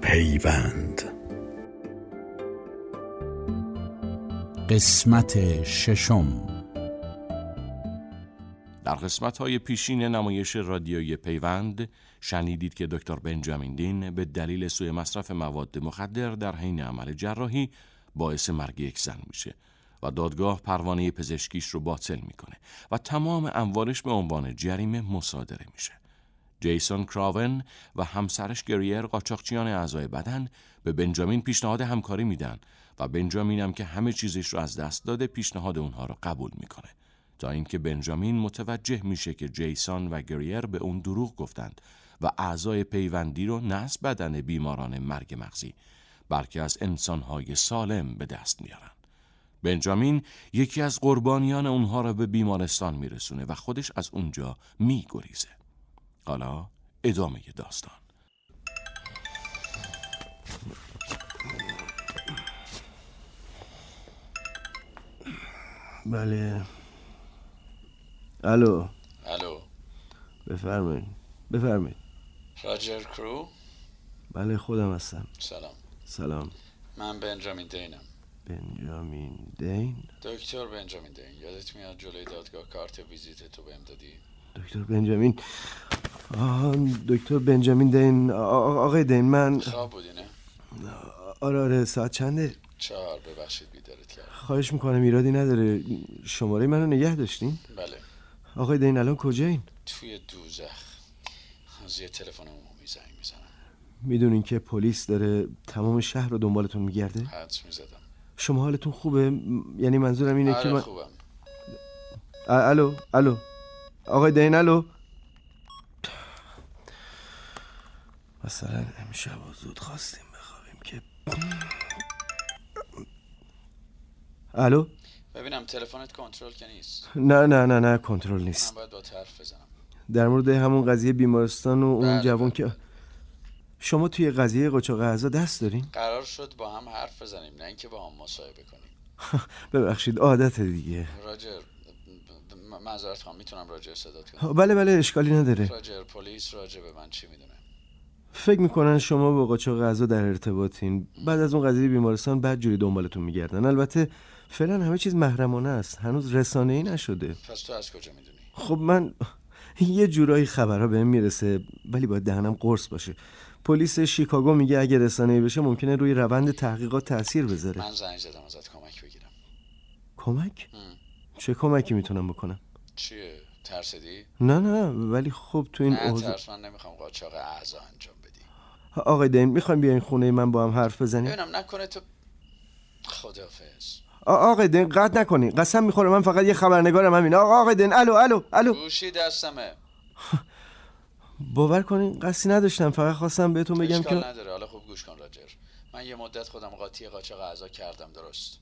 پیوند قسمت ششم در قسمت های پیشین نمایش رادیوی پیوند شنیدید که دکتر بنجامین دین به دلیل سوء مصرف مواد مخدر در حین عمل جراحی باعث مرگ یک زن میشه و دادگاه پروانه پزشکیش رو باطل میکنه و تمام اموالش به عنوان جریمه مصادره میشه. جیسون کراون و همسرش گریر قاچاقچیان اعضای بدن به بنجامین پیشنهاد همکاری میدن و بنجامین هم که همه چیزش رو از دست داده پیشنهاد اونها رو قبول میکنه تا اینکه بنجامین متوجه میشه که جیسون و گریر به اون دروغ گفتند و اعضای پیوندی رو نه از بدن بیماران مرگ مغزی بلکه از انسانهای سالم به دست میارن بنجامین یکی از قربانیان اونها را به بیمارستان میرسونه و خودش از اونجا میگریزه حالا ادامه داستان بله الو الو بفرمایید بفرمایید راجر کرو بله خودم هستم سلام سلام من بنجامین دینم بنجامین دین دکتر بنجامین دین یادت میاد جلوی دادگاه کارت ویزیت تو بهم دادی دکتر بنجامین آه، دکتر بنجامین دین آ- آ- آقای دین من خواب بودی نه آره آره ساعت چنده چهار ببخشید بیدارت کرد خواهش میکنم ایرادی نداره شماره منو نگه داشتین بله آقای دین الان کجایین توی دوزخ از یه تلفن عمومی زنگ میزنم میدونین که پلیس داره تمام شهر رو دنبالتون میگرده حدس میزدم شما حالتون خوبه م- یعنی منظورم اینه که آره من خوبم ا- الو الو آقای دین الو مثلا امشب و زود خواستیم بخوابیم که الو ببینم تلفنت کنترل که نیست نه نه نه نه کنترل نیست من باید با حرف بزنم در مورد همون قضیه بیمارستان و اون بله، جوان بله. که شما توی قضیه قاچاق اعضا دست دارین قرار شد با هم حرف بزنیم نه اینکه با هم مصاحبه کنیم ببخشید عادت دیگه راجر م- م- معذرت خواهم میتونم راجر صدات کنم آه، بله بله اشکالی نداره راجر پلیس راجر به من چی میدونه فکر میکنن شما با قاچاق غذا در ارتباطین بعد از اون قضیه بیمارستان بعد جوری دنبالتون میگردن البته فعلا همه چیز محرمانه است هنوز رسانه ای نشده پس تو از کجا میدونی خب من یه جورایی خبرها بهم میرسه ولی باید دهنم قرص باشه پلیس شیکاگو میگه اگه رسانه ای بشه ممکنه روی روند تحقیقات تاثیر بذاره من زنگ زدم ازت کمک بگیرم کمک مم. چه کمکی میتونم بکنم چیه ترسیدی نه نه ولی خب تو این نه اوضاع ترس من نمیخوام قاچاق اعضا انجام بدی آقای دین میخوایم بیاین خونه من با هم حرف بزنیم ببینم نکنه تو خدافز آ- آقای دن قطع نکنین قسم میخوره من فقط یه خبرنگارم همین آقا آقای دن الو الو الو گوشی دستمه باور کنین قصدی نداشتم فقط خواستم بهتون بگم اشکال که نداره حالا خوب گوش کن راجر من یه مدت خودم قاطی قاچاق اعضا کردم درست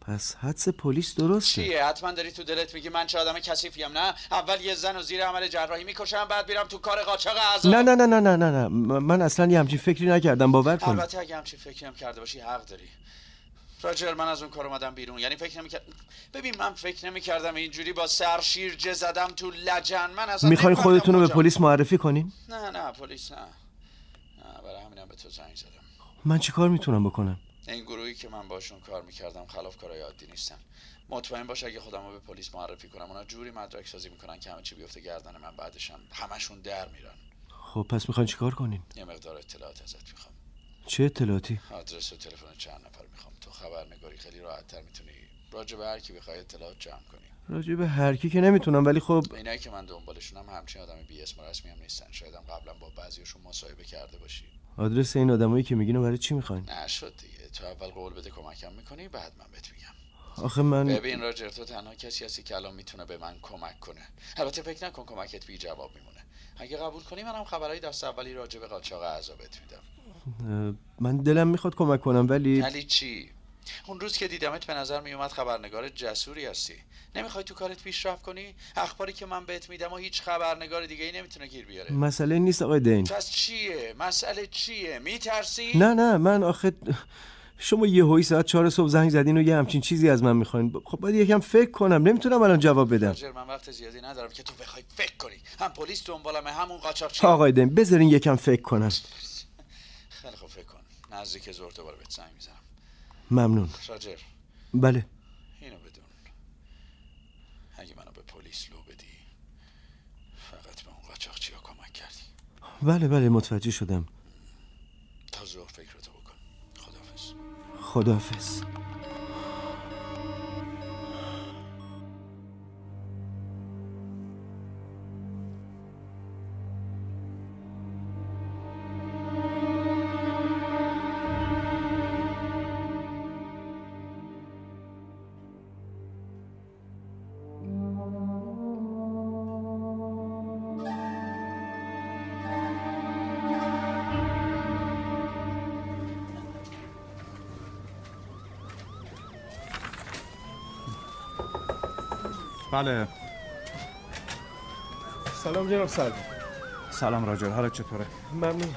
پس حدس پلیس درسته چیه حتما داری تو دلت میگی من چه آدم کثیفیم نه اول یه زن و زیر عمل جراحی میکشم بعد میرم تو کار قاچاق اعضا نه نه نه نه نه نه نه م- من اصلا یه همچین فکری نکردم باور کن البته اگه همچین فکری هم کرده باشی حق داری راجر من از اون کار اومدم بیرون یعنی فکر نمیکرد ببین من فکر نمیکردم اینجوری با سرشیر جه زدم تو لجن من اصلا میخواین نمی‌فهمیدم خودتون رو به کجا. پلیس معرفی کنین نه نه پلیس نه نه برای همینم به تو زنگ زدم من چیکار میتونم بکنم این گروهی که من باشون کار میکردم خلاف کارهای عادی نیستن مطمئن باش اگه خودم رو به پلیس معرفی کنم اونا جوری مدرک سازی میکنن که همه چی بیفته گردن من بعدش هم همشون در میرن خب پس میخواین چیکار کنین یه مقدار اطلاعات ازت میخوام چه اطلاعاتی آدرس و تلفن چند نفر میخوام تو خبرنگاری خیلی راحتتر میتونی راجع به هر کی بخوای اطلاعات جمع کنی راجع به هر کی که نمیتونم ولی خب اینایی که من دنبالشونم همچین آدم بی اسم و رسمی هم نیستن شاید هم قبلا با بعضیشون مصاحبه کرده باشی آدرس این آدمایی که میگین رو برای چی میخواین نشد دیگه تو اول قول بده کمکم میکنی بعد من بهت میگم آخه من ببین راجر تو تنها کسی هستی که الان میتونه به من کمک کنه البته فکر نکن کمکت بی جواب میمونه اگه قبول کنی منم خبرهای دست اولی راجع به قاچاق اعضا بهت میدم اه، من دلم میخواد کمک کنم ولی ولی چی اون روز که دیدمت به نظر میومد خبرنگار جسوری هستی نمیخوای تو کارت پیشرفت کنی اخباری که من بهت میدم و هیچ خبرنگار دیگه ای نمیتونه گیر بیاره مسئله نیست آقای دین پس چیه مسئله چیه میترسی نه نه من آخه شما یه هوی ساعت چهار صبح زنگ زدین و یه همچین چیزی از من میخواین خب باید یکم فکر کنم نمیتونم الان جواب بدم راجر من وقت زیادی ندارم که تو بخوای فکر کنی هم پلیس دنبالمه همون قاچاقچی آقای دین بذارین یکم فکر کنم خیلی خب فکر کن نزدیک ظهر دوباره بهت زنگ میزنم ممنون راجر بله اینو بدون اگه منو به پلیس لو بدی فقط به اون قاچاقچیا کمک کردی بله بله متوجه شدم تا ظهر فکرتو بکن خدافز خداحافظ بله سلام جناب سلام سلام راجر حالا چطوره ممنون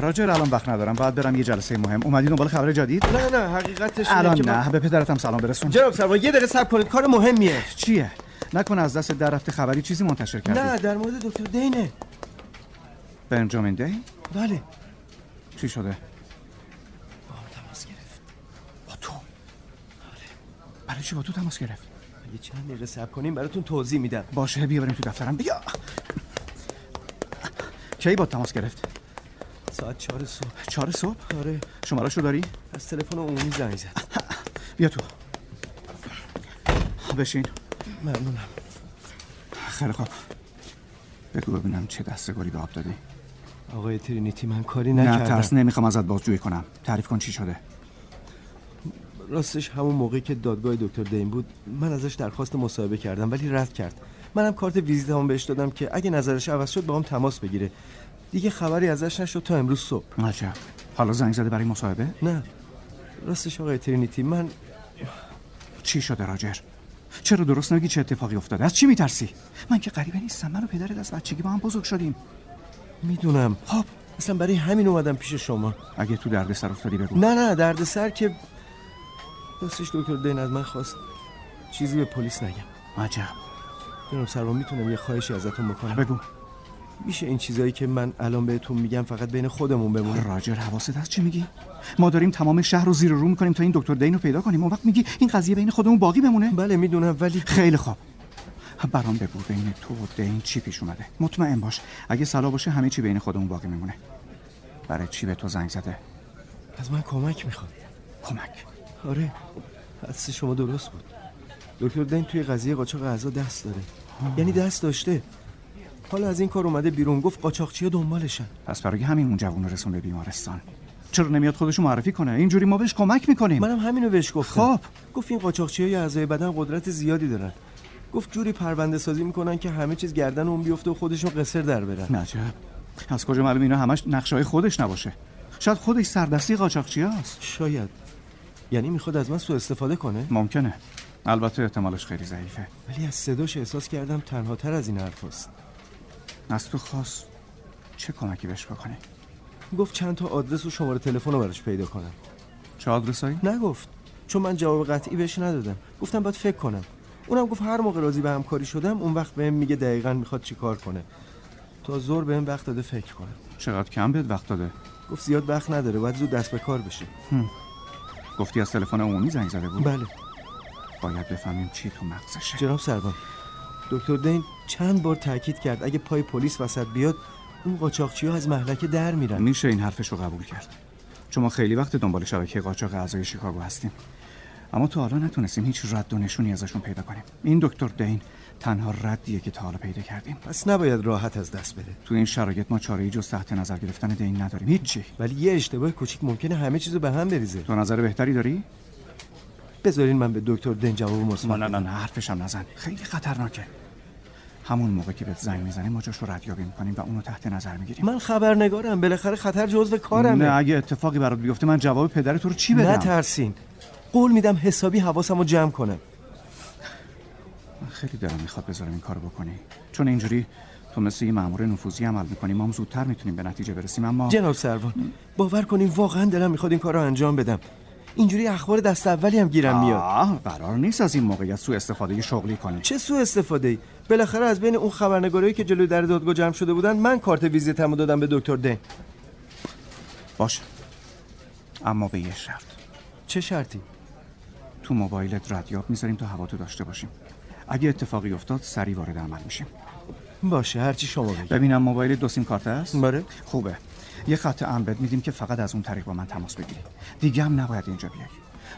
راجر الان وقت ندارم باید برم یه جلسه مهم اومدی دنبال خبر جدید نه نه حقیقتش اینه الان که من- نه به پدرتم سلام برسون جناب سروان یه دقیقه صبر کنید کار مهمیه چیه نکنه از دست در رفته خبری چیزی منتشر کردی نه در مورد دکتر دینه بنجامین دی بله چی شده با هم تماس گرفت با تو بله. برای چی با تو تماس گرفت یه چند دقیقه صبر کنیم براتون توضیح میدم باشه بیا بریم تو دفترم بیا کی با تماس گرفت ساعت چهار صبح چهار صبح آره شمارهشو داری از تلفن عمومی زنگ زد بیا تو بشین ممنونم خیلی خوب بگو ببینم چه دستگاری به آب دادی آقای ترینیتی من کاری نه نکردم ترس نمیخوام ازت بازجویی کنم تعریف کن چی شده راستش همون موقعی که دادگاه دکتر دین بود من ازش درخواست مصاحبه کردم ولی رد کرد منم کارت ویزیتمو بهش دادم که اگه نظرش عوض شد با هم تماس بگیره دیگه خبری ازش نشد تا امروز صبح عجب حالا زنگ زده برای مصاحبه نه راستش آقای ترینیتی من چی شده راجر چرا درست نمیگی چه اتفاقی افتاده از چی میترسی من که غریبه نیستم من و پدرت از بچگی با هم بزرگ شدیم میدونم خب اصلا برای همین اومدم پیش شما اگه تو دردسر افتادی بگو نه نه دردسر که راستش دکتر دین از من خواست چیزی به پلیس نگم عجب جناب سروان میتونم یه خواهشی ازتون بکنم بگو میشه این چیزایی که من الان بهتون میگم فقط بین خودمون بمونه راجر حواست هست چی میگی ما داریم تمام شهر رو زیر رو میکنیم تا این دکتر دین رو پیدا کنیم اون وقت میگی این قضیه بین خودمون باقی بمونه بله میدونم ولی خیلی خوب برام بگو بین تو و دین چی پیش اومده مطمئن باش اگه صلاح باشه همه چی بین خودمون باقی میمونه برای چی به تو زنگ زده از من کمک میخواد کمک آره حدس شما درست بود دکتر دین توی قضیه قاچاق اعضا دست داره یعنی دست داشته حالا از این کار اومده بیرون گفت قاچاقچیا دنبالشن پس برای همین اون جوون رو رسون به بیمارستان چرا نمیاد خودشو معرفی کنه اینجوری ما بهش کمک میکنیم منم همینو بهش گفتم خب. گفت این قاچاقچیا یا اعضای بدن قدرت زیادی دارن گفت جوری پرونده سازی میکنن که همه چیز گردن اون بیفته و خودشون قصر در برن نجب از کجا معلوم اینا همش نقشای خودش نباشه شاید خودش سردستی قاچاقچیاست شاید یعنی میخواد از من سوء استفاده کنه ممکنه البته احتمالش خیلی ضعیفه ولی از صداش احساس کردم تنها تر از این حرفاست از تو خواست چه کمکی بهش بکنه گفت چند تا آدرس و شماره تلفن رو براش پیدا کنم چه آدرسایی نگفت چون من جواب قطعی بهش ندادم گفتم باید فکر کنم اونم گفت هر موقع راضی به همکاری شدم اون وقت بهم میگه دقیقا میخواد چی کار کنه تا زور بهم وقت داده فکر کنم چقدر کم بهت وقت داده گفت زیاد وقت نداره باید زود دست به کار بشه گفتی از تلفن عمومی زنگ زده بود بله باید بفهمیم چی تو مغزشه جناب سروان دکتر دین چند بار تاکید کرد اگه پای پلیس وسط بیاد اون قاچاقچی ها از محلکه در میرن میشه این حرفش رو قبول کرد چون ما خیلی وقت دنبال شبکه قاچاق اعضای شیکاگو هستیم اما تا حالا نتونستیم هیچ رد و نشونی ازشون پیدا کنیم این دکتر دین تنها ردیه که تا حالا پیدا کردیم پس نباید راحت از دست بره تو این شرایط ما چاره‌ای جز تحت نظر گرفتن دین نداریم هیچی ولی یه اشتباه کوچیک ممکنه همه چیزو به هم بریزه تو نظر بهتری داری بذارین من به دکتر دین جواب مثبت نه نه نه حرفش هم نزن خیلی خطرناکه همون موقع که بهت زنگ میزنه ما جاش رو ردیابی میکنیم و اونو تحت نظر میگیریم من خبرنگارم بالاخره خطر جزو کارمه نه اگه اتفاقی برات بیفته من جواب پدر تو رو چی بدم نه ترسین قول میدم حسابی حواسم رو جمع کنم من خیلی دارم میخواد بذارم این کارو بکنی چون اینجوری تو مثل یه مامور نفوذی عمل میکنی ما هم زودتر میتونیم به نتیجه برسیم اما جناب سروان باور کنین واقعا دلم میخواد این کار رو انجام بدم اینجوری اخبار دست اولی هم گیرم میاد آه قرار نیست از این موقعیت سوء استفاده شغلی کنی چه سوء استفاده ای بالاخره از بین اون خبرنگارایی که جلوی در دادگاه جمع شده بودن من کارت ویزیتمو دادم به دکتر دن باش اما به یه شرط چه شرطی تو موبایلت ردیاب میذاریم تا هوا تو داشته باشیم اگه اتفاقی افتاد سریع وارد عمل میشیم باشه هرچی شما بگید ببینم موبایل دو سیم کارت هست بله. خوبه یه خط امبد میدیم که فقط از اون طریق با من تماس بگیری دیگه هم نباید اینجا بیای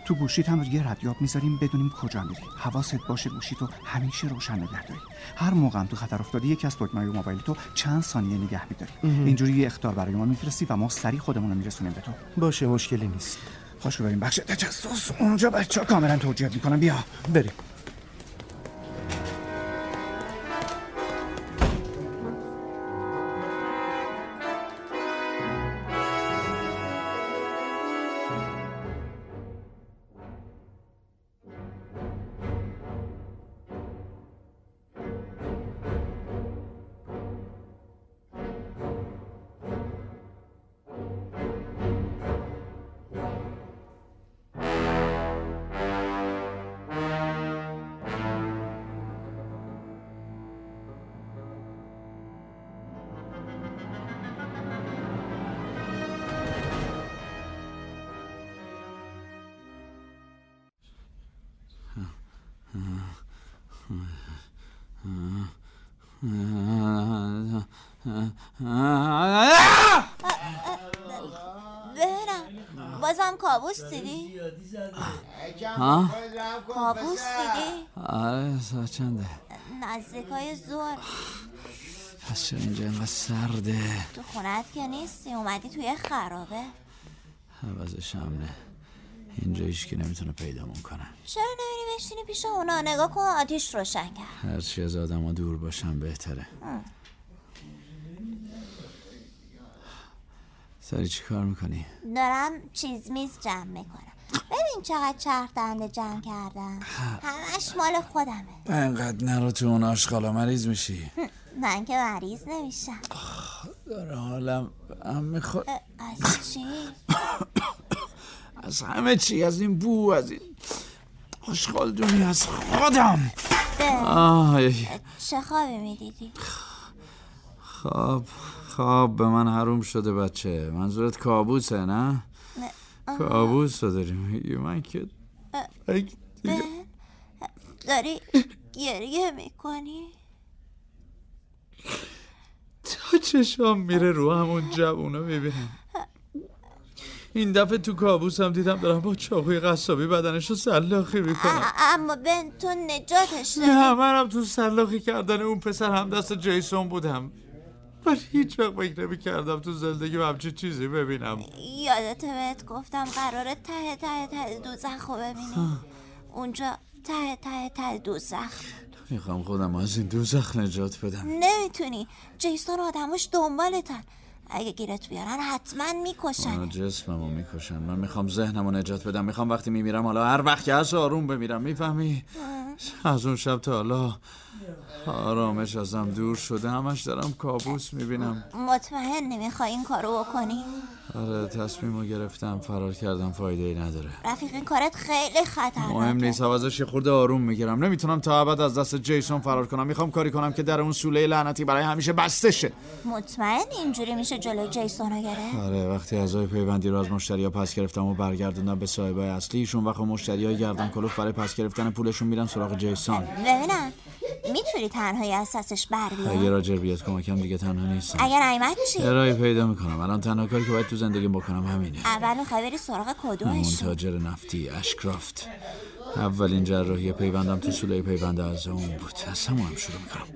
تو گوشیت هم یه ردیاب میذاریم بدونیم کجا میری حواست باشه گوشیتو همیشه روشن نگه داری هر موقع هم تو خطر افتاده یکی از دکمه موبایل تو چند ثانیه نگه میداری اینجوری یه اختار برای ما میفرستی و ما سری خودمون رو میرسونیم به تو باشه مشکلی نیست خوش بریم بخش تجسس اونجا بچه ها کاملا توجیه میکنن بیا بریم برم بازم کابوس دیدی؟ کابوس دیدی؟ آره ساعت چنده نزدیک های زور پس چرا اینجا اینقدر سرده تو خونت که نیستی اومدی توی خرابه عوضش هم نه اینجا هیچ که نمیتونه پیدامون کنه چرا نمیری بشینی پیش اونا نگاه کن آتیش روشن کرد هرچی از آدم دور باشم بهتره سری چی کار میکنی؟ دارم چیز میز جمع میکنم ببین چقدر چرخ دنده جمع کردم همش مال خودمه انقدر نرو تو اون آشغالا مریض میشی من که مریض نمیشم داره حالم هم میخواد اه، از چی؟ از همه چی از این بو از این آشغال دنیا از خودم به آه ای، چه خوابی میدیدی؟ خواب خواب به من حروم شده بچه منظورت کابوسه نه؟ کابوس رو داری میگی من که من که دیگه- داری گریه میکنی؟ تا چشام میره رو همون جوونا میبینم این دفعه تو کابوسم دیدم دارم با چاقوی قصابی بدنش رو سلاخی میکنم اما بن تو نجاتش دادی نه منم تو سلاخی کردن اون پسر هم دست جیسون بودم ولی هیچ وقت فکر نمی کردم تو زندگی همچین چیزی ببینم یادت بهت گفتم قراره ته ته ته دوزخ رو ببینی اونجا ته ته ته دوزخ میخوام خودم از این دوزخ نجات بدم نمیتونی جیسون و آدماش دنبالتن اگه گیرت بیارن حتما اونا میکشن جسممو میکشن من میخوام ذهنمو نجات بدم میخوام وقتی میمیرم حالا هر وقت که هست آروم بمیرم میفهمی از اون شب تا حالا آرامش ازم دور شده همش دارم کابوس میبینم مطمئن نمیخوای این کارو بکنی آره تصمیمو گرفتم فرار کردم فایده ای نداره رفیق این کارت خیلی خطرناکه مهم نیست عوضش یه خورده آروم میگیرم نمیتونم تا ابد از دست جیسون فرار کنم میخوام کاری کنم که در اون سوله لعنتی برای همیشه بسته شه مطمئن اینجوری میشه جلوی جیسون رو گرفت آره وقتی اعضای پیوندی رو از مشتریا پس گرفتم و برگردوندم به صاحبای اصلیشون و خب مشتریا گردن کلوف برای پس گرفتن پولشون میرن سراغ جیسون ببینم میتونی تنهایی از دستش بر بیاری اگه راجر بیاد کمکم دیگه تنها نیستم اگر نیمت چی یه راهی پیدا میکنم الان تنها کاری که باید تو زندگیم بکنم همینه اول میخوای بری سراغ اون کدومش تاجر نفتی اشکرافت اولین جراحی پیوندم تو سوله پیوند از اون بود از همون هم شروع میکنم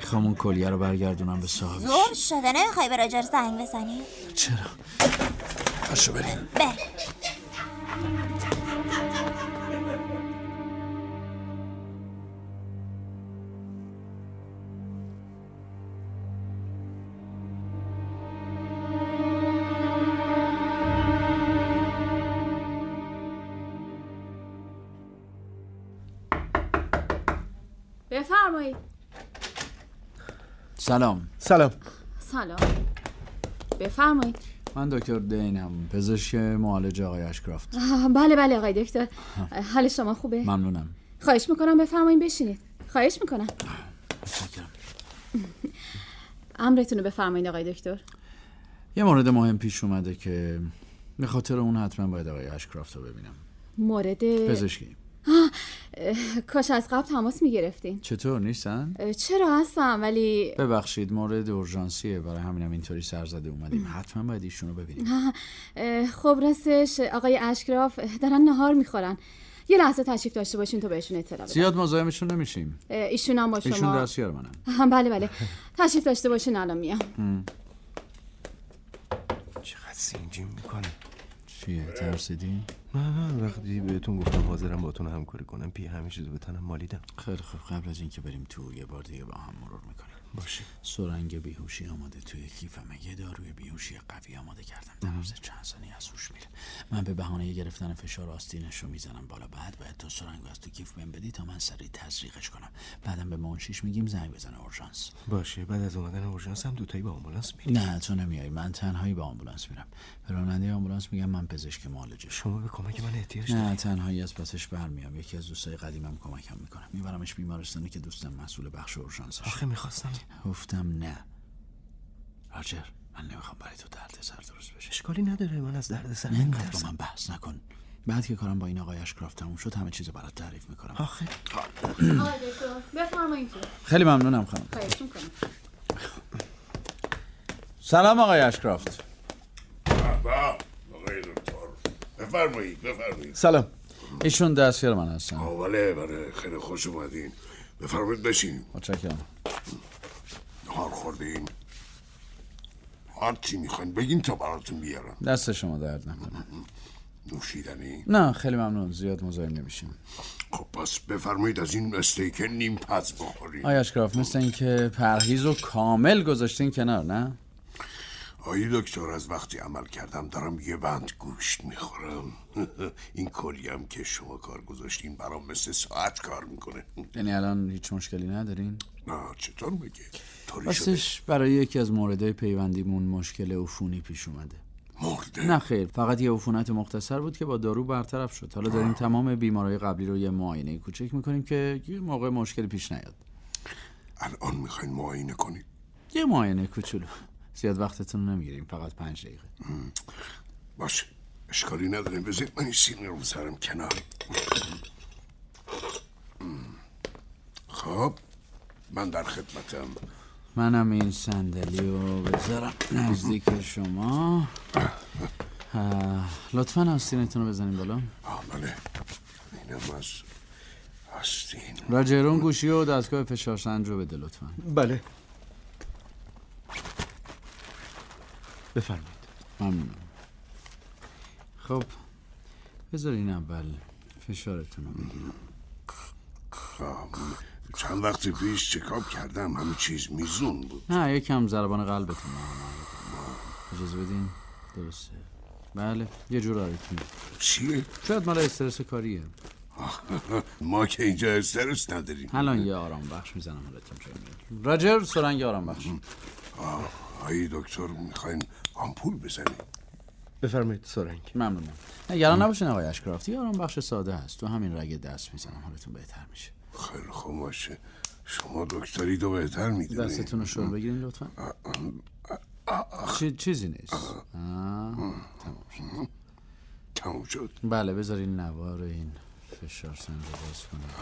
میخوام اون کلیه رو برگردونم به صاحبش زوم شده نمیخوای به راجر زنگ بزنی بله. چرا پاشو بریم به بفرمایید سلام سلام سلام بفرمایید من دکتر دینم پزشک معالج آقای اشکرافت آه، بله بله آقای دکتر حال شما خوبه ممنونم خواهش میکنم بفرمایید بشینید خواهش میکنم متشکرم. امرتون رو بفرمایید آقای دکتر یه مورد مهم پیش اومده که به خاطر اون حتما باید آقای اشکرافت رو ببینم مورد پزشکی اه، کاش از قبل تماس میگرفتین چطور نیستن؟ چرا هستم ولی ببخشید مورد اورژانسیه برای همینم اینطوری سر زده اومدیم حتما باید ایشون رو ببینیم اه، خب راستش آقای اشکراف اه، دارن نهار میخورن یه لحظه تشریف داشته باشین تو بهشون اطلاع بدم زیاد مزاحمشون نمیشیم اه، ایشون هم با شما ایشون دستیار منم آها، بله بله تشریف داشته باشین الان میام چقدر سینجیم میکنه چیه ترسیدی؟ نه نه وقتی بهتون گفتم حاضرم باتون همکاری کنم پی همه چیزو به تنم مالیدم خیلی خوب قبل از اینکه بریم تو یه بار دیگه با هم مرور میکنیم باشه سرنگ بیهوشی آماده توی کیفمه یه داروی بیهوشی قوی آماده کردم در عرض چند ثانیه از هوش میره من به بهانه گرفتن فشار آستینش رو میزنم بالا بعد باید تو سرنگ از تو کیف بهم بدی تا من سریع تزریقش کنم بعدم به منشیش میگیم زنگ بزنه اورژانس باشه بعد از اومدن اورژانس هم دوتایی با آمبولانس میریم نه تو نمیای من تنهایی به آمبولانس میرم به راننده آمبولانس میگم من پزشک معالجش شما به کمک من احتیاج نه تنهایی از پسش برمیام یکی از دوستای قدیمم کمکم میکنه میبرمش بیمارستانی که دوستم مسئول بخش اورژانسش آخه میخواستم گفتم نه راجر من نمیخوام برای تو درد سر درست بشه اشکالی نداره من از درد سر اینقدر با من بحث نکن بعد که کارم با این آقای اشکرافت تموم شد همه چیز برات تعریف میکنم آخه آقای دکتر بفرمایید که خیلی ممنونم خانم خواهش میکنم سلام آقای اشکرافت بابا آقای دکتر بفرمایید بفرمایید سلام ایشون دستیار من هستن آوله بله خیلی خوش اومدین بفرمایید بشین متشکرم نهار خوردین هر چی میخواین بگین تا براتون بیارم دست شما درد نکنه نوشیدنی نه خیلی ممنون زیاد مزاحم نمیشیم خب پس بفرمایید از این استیک نیم پس بخورین آقای اشکرافت مثل اینکه پرهیز و کامل گذاشتین کنار نه آیه دکتر از وقتی عمل کردم دارم یه بند گوشت میخورم این کلی هم که شما کار گذاشتین برام مثل ساعت کار میکنه یعنی الان هیچ مشکلی ندارین نه چطور میگه طوری شده راستش برای یکی از موردهای پیوندیمون مشکل عفونی پیش اومده مرده نه خیر فقط یه عفونت مختصر بود که با دارو برطرف شد حالا داریم تمام بیماری قبلی رو یه معاینه کوچک میکنیم که یه موقع مشکل پیش نیاد الان میخواین معاینه کنید یه معاینه کوچولو زیاد وقتتون رو نمیگیریم فقط پنج دقیقه باشه اشکالی نداره بذارید من این سینه رو بذارم کنار خب من در خدمتم منم این صندلی رو بذارم نزدیک شما آه، لطفا آستینتون رو بزنیم بالا آه بله اینم از هستین راجرون گوشی و دستگاه فشارسنج رو بده لطفا بله بفرمایید ممنون خب بذارین اول فشارتون رو بگیرم خب چند وقت پیش چکاب کردم همه چیز میزون بود نه یکم ضربان قلبتون رو هم اجازه بدین درسته بله یه جور آریتمی چیه؟ شاید مال استرس کاریه ما که اینجا استرس نداریم الان یه آرام بخش میزنم حالتون جایی میاد راجر سرنگ آرام بخش آه آیی دکتر میخواین آمپول بزنید بفرمایید سرنگ ممنونم نگران نباشین آقای اشکرافتی آرام بخش ساده هست تو همین رگ دست میزنم حالتون بهتر میشه خیلی خوب باشه شما دکتری دو بهتر میدونید دستتون رو شل بگیرین لطفا چی- چیزی نیست آه، تمام شد. تموم شد بله بذارین نوار این فشار سنج رو باز کنم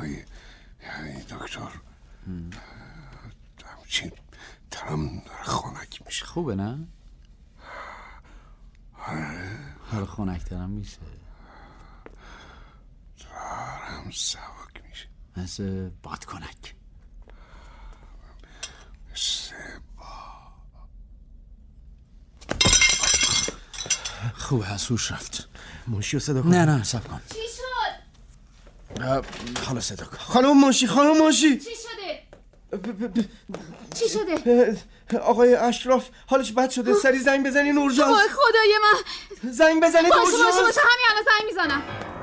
آی یعنی دکتر همچین ترم در خونک میشه خوبه نه؟ آره. حالا خونکترم میشه هم سواک میشه مثل بادکنک سه خوب حسوش رفت منشی رو صدا کن نه نه سب کن چی شد؟ حالا صدا کن خانم منشی خانم منشی چی شده چی شده اه، آقای اشراف حالش بد شده سری زنگ بزنین اورژانس وای خدای من زنگ بزنید باشه باشه اورژانس باشه همین الان زنگ میزنم